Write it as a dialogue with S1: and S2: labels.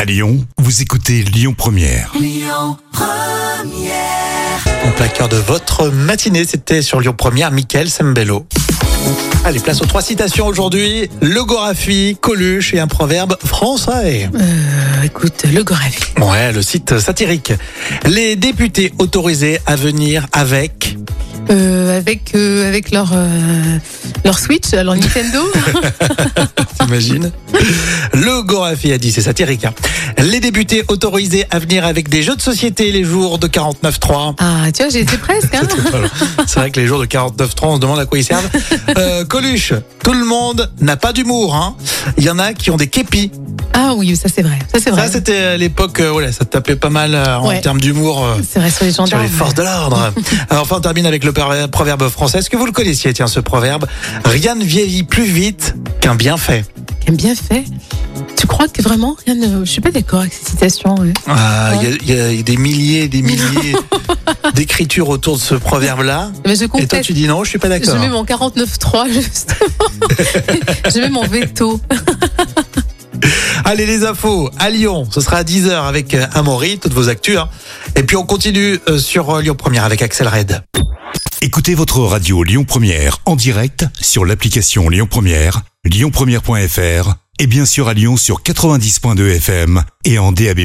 S1: À Lyon, vous écoutez Lyon Première.
S2: Mon plaqueur de votre matinée, c'était sur Lyon Première, Mickaël Sembello. Allez, place aux trois citations aujourd'hui. Le Gorafi, Coluche et un proverbe français.
S3: Euh, écoute, le Gorafi.
S2: Ouais, le site satirique. Les députés autorisés à venir avec...
S3: Euh, avec euh, avec leur euh, leur Switch, leur Nintendo.
S2: T'imagines Le Gorafi a dit, c'est satirique. hein. Les députés autorisés à venir avec des jeux de société les jours de 49.3.
S3: ah, tu vois, j'ai été presque. Hein
S2: Voilà. C'est vrai que les jours de 49 francs, on se demande à quoi ils servent. Euh, Coluche, tout le monde n'a pas d'humour. hein. Il y en a qui ont des képis.
S3: ah oui, ça c'est vrai, ça c'est vrai.
S2: Ça, c'était à l'époque, euh, voilà, ça tapait pas mal euh, en
S3: Ouais.
S2: termes d'humour euh,
S3: C'est vrai sur les
S2: sur
S3: gendarmes.
S2: les forces de l'ordre. Alors, enfin, on termine avec le per- proverbe français. Est-ce que vous le connaissiez, tiens, ce proverbe Rien ne vieillit plus vite qu'un bienfait.
S3: J'aime bien fait. Tu crois que vraiment rien ne... Je suis pas d'accord avec cette citation. ouais. Eh
S2: Ah, Il y, a- il y a des milliers, des milliers d'écritures autour de ce proverbe-là.
S3: Mais ben, je
S2: Et toi,
S3: complète.
S2: tu dis non, je suis pas
S3: Je
S2: d'accord.
S3: mets mon 49.3 justement. je mets mon veto.
S2: Allez les infos à Lyon, ce sera à 10h avec euh, Amaury, toutes vos actus. hein. Et puis on continue euh, sur euh, Lyon Première avec Axel Red.
S1: Écoutez votre radio Lyon Première en direct sur l'application Lyon Première, lyonpremière.fr et bien sûr à Lyon sur 90.2 FM et en DAB+.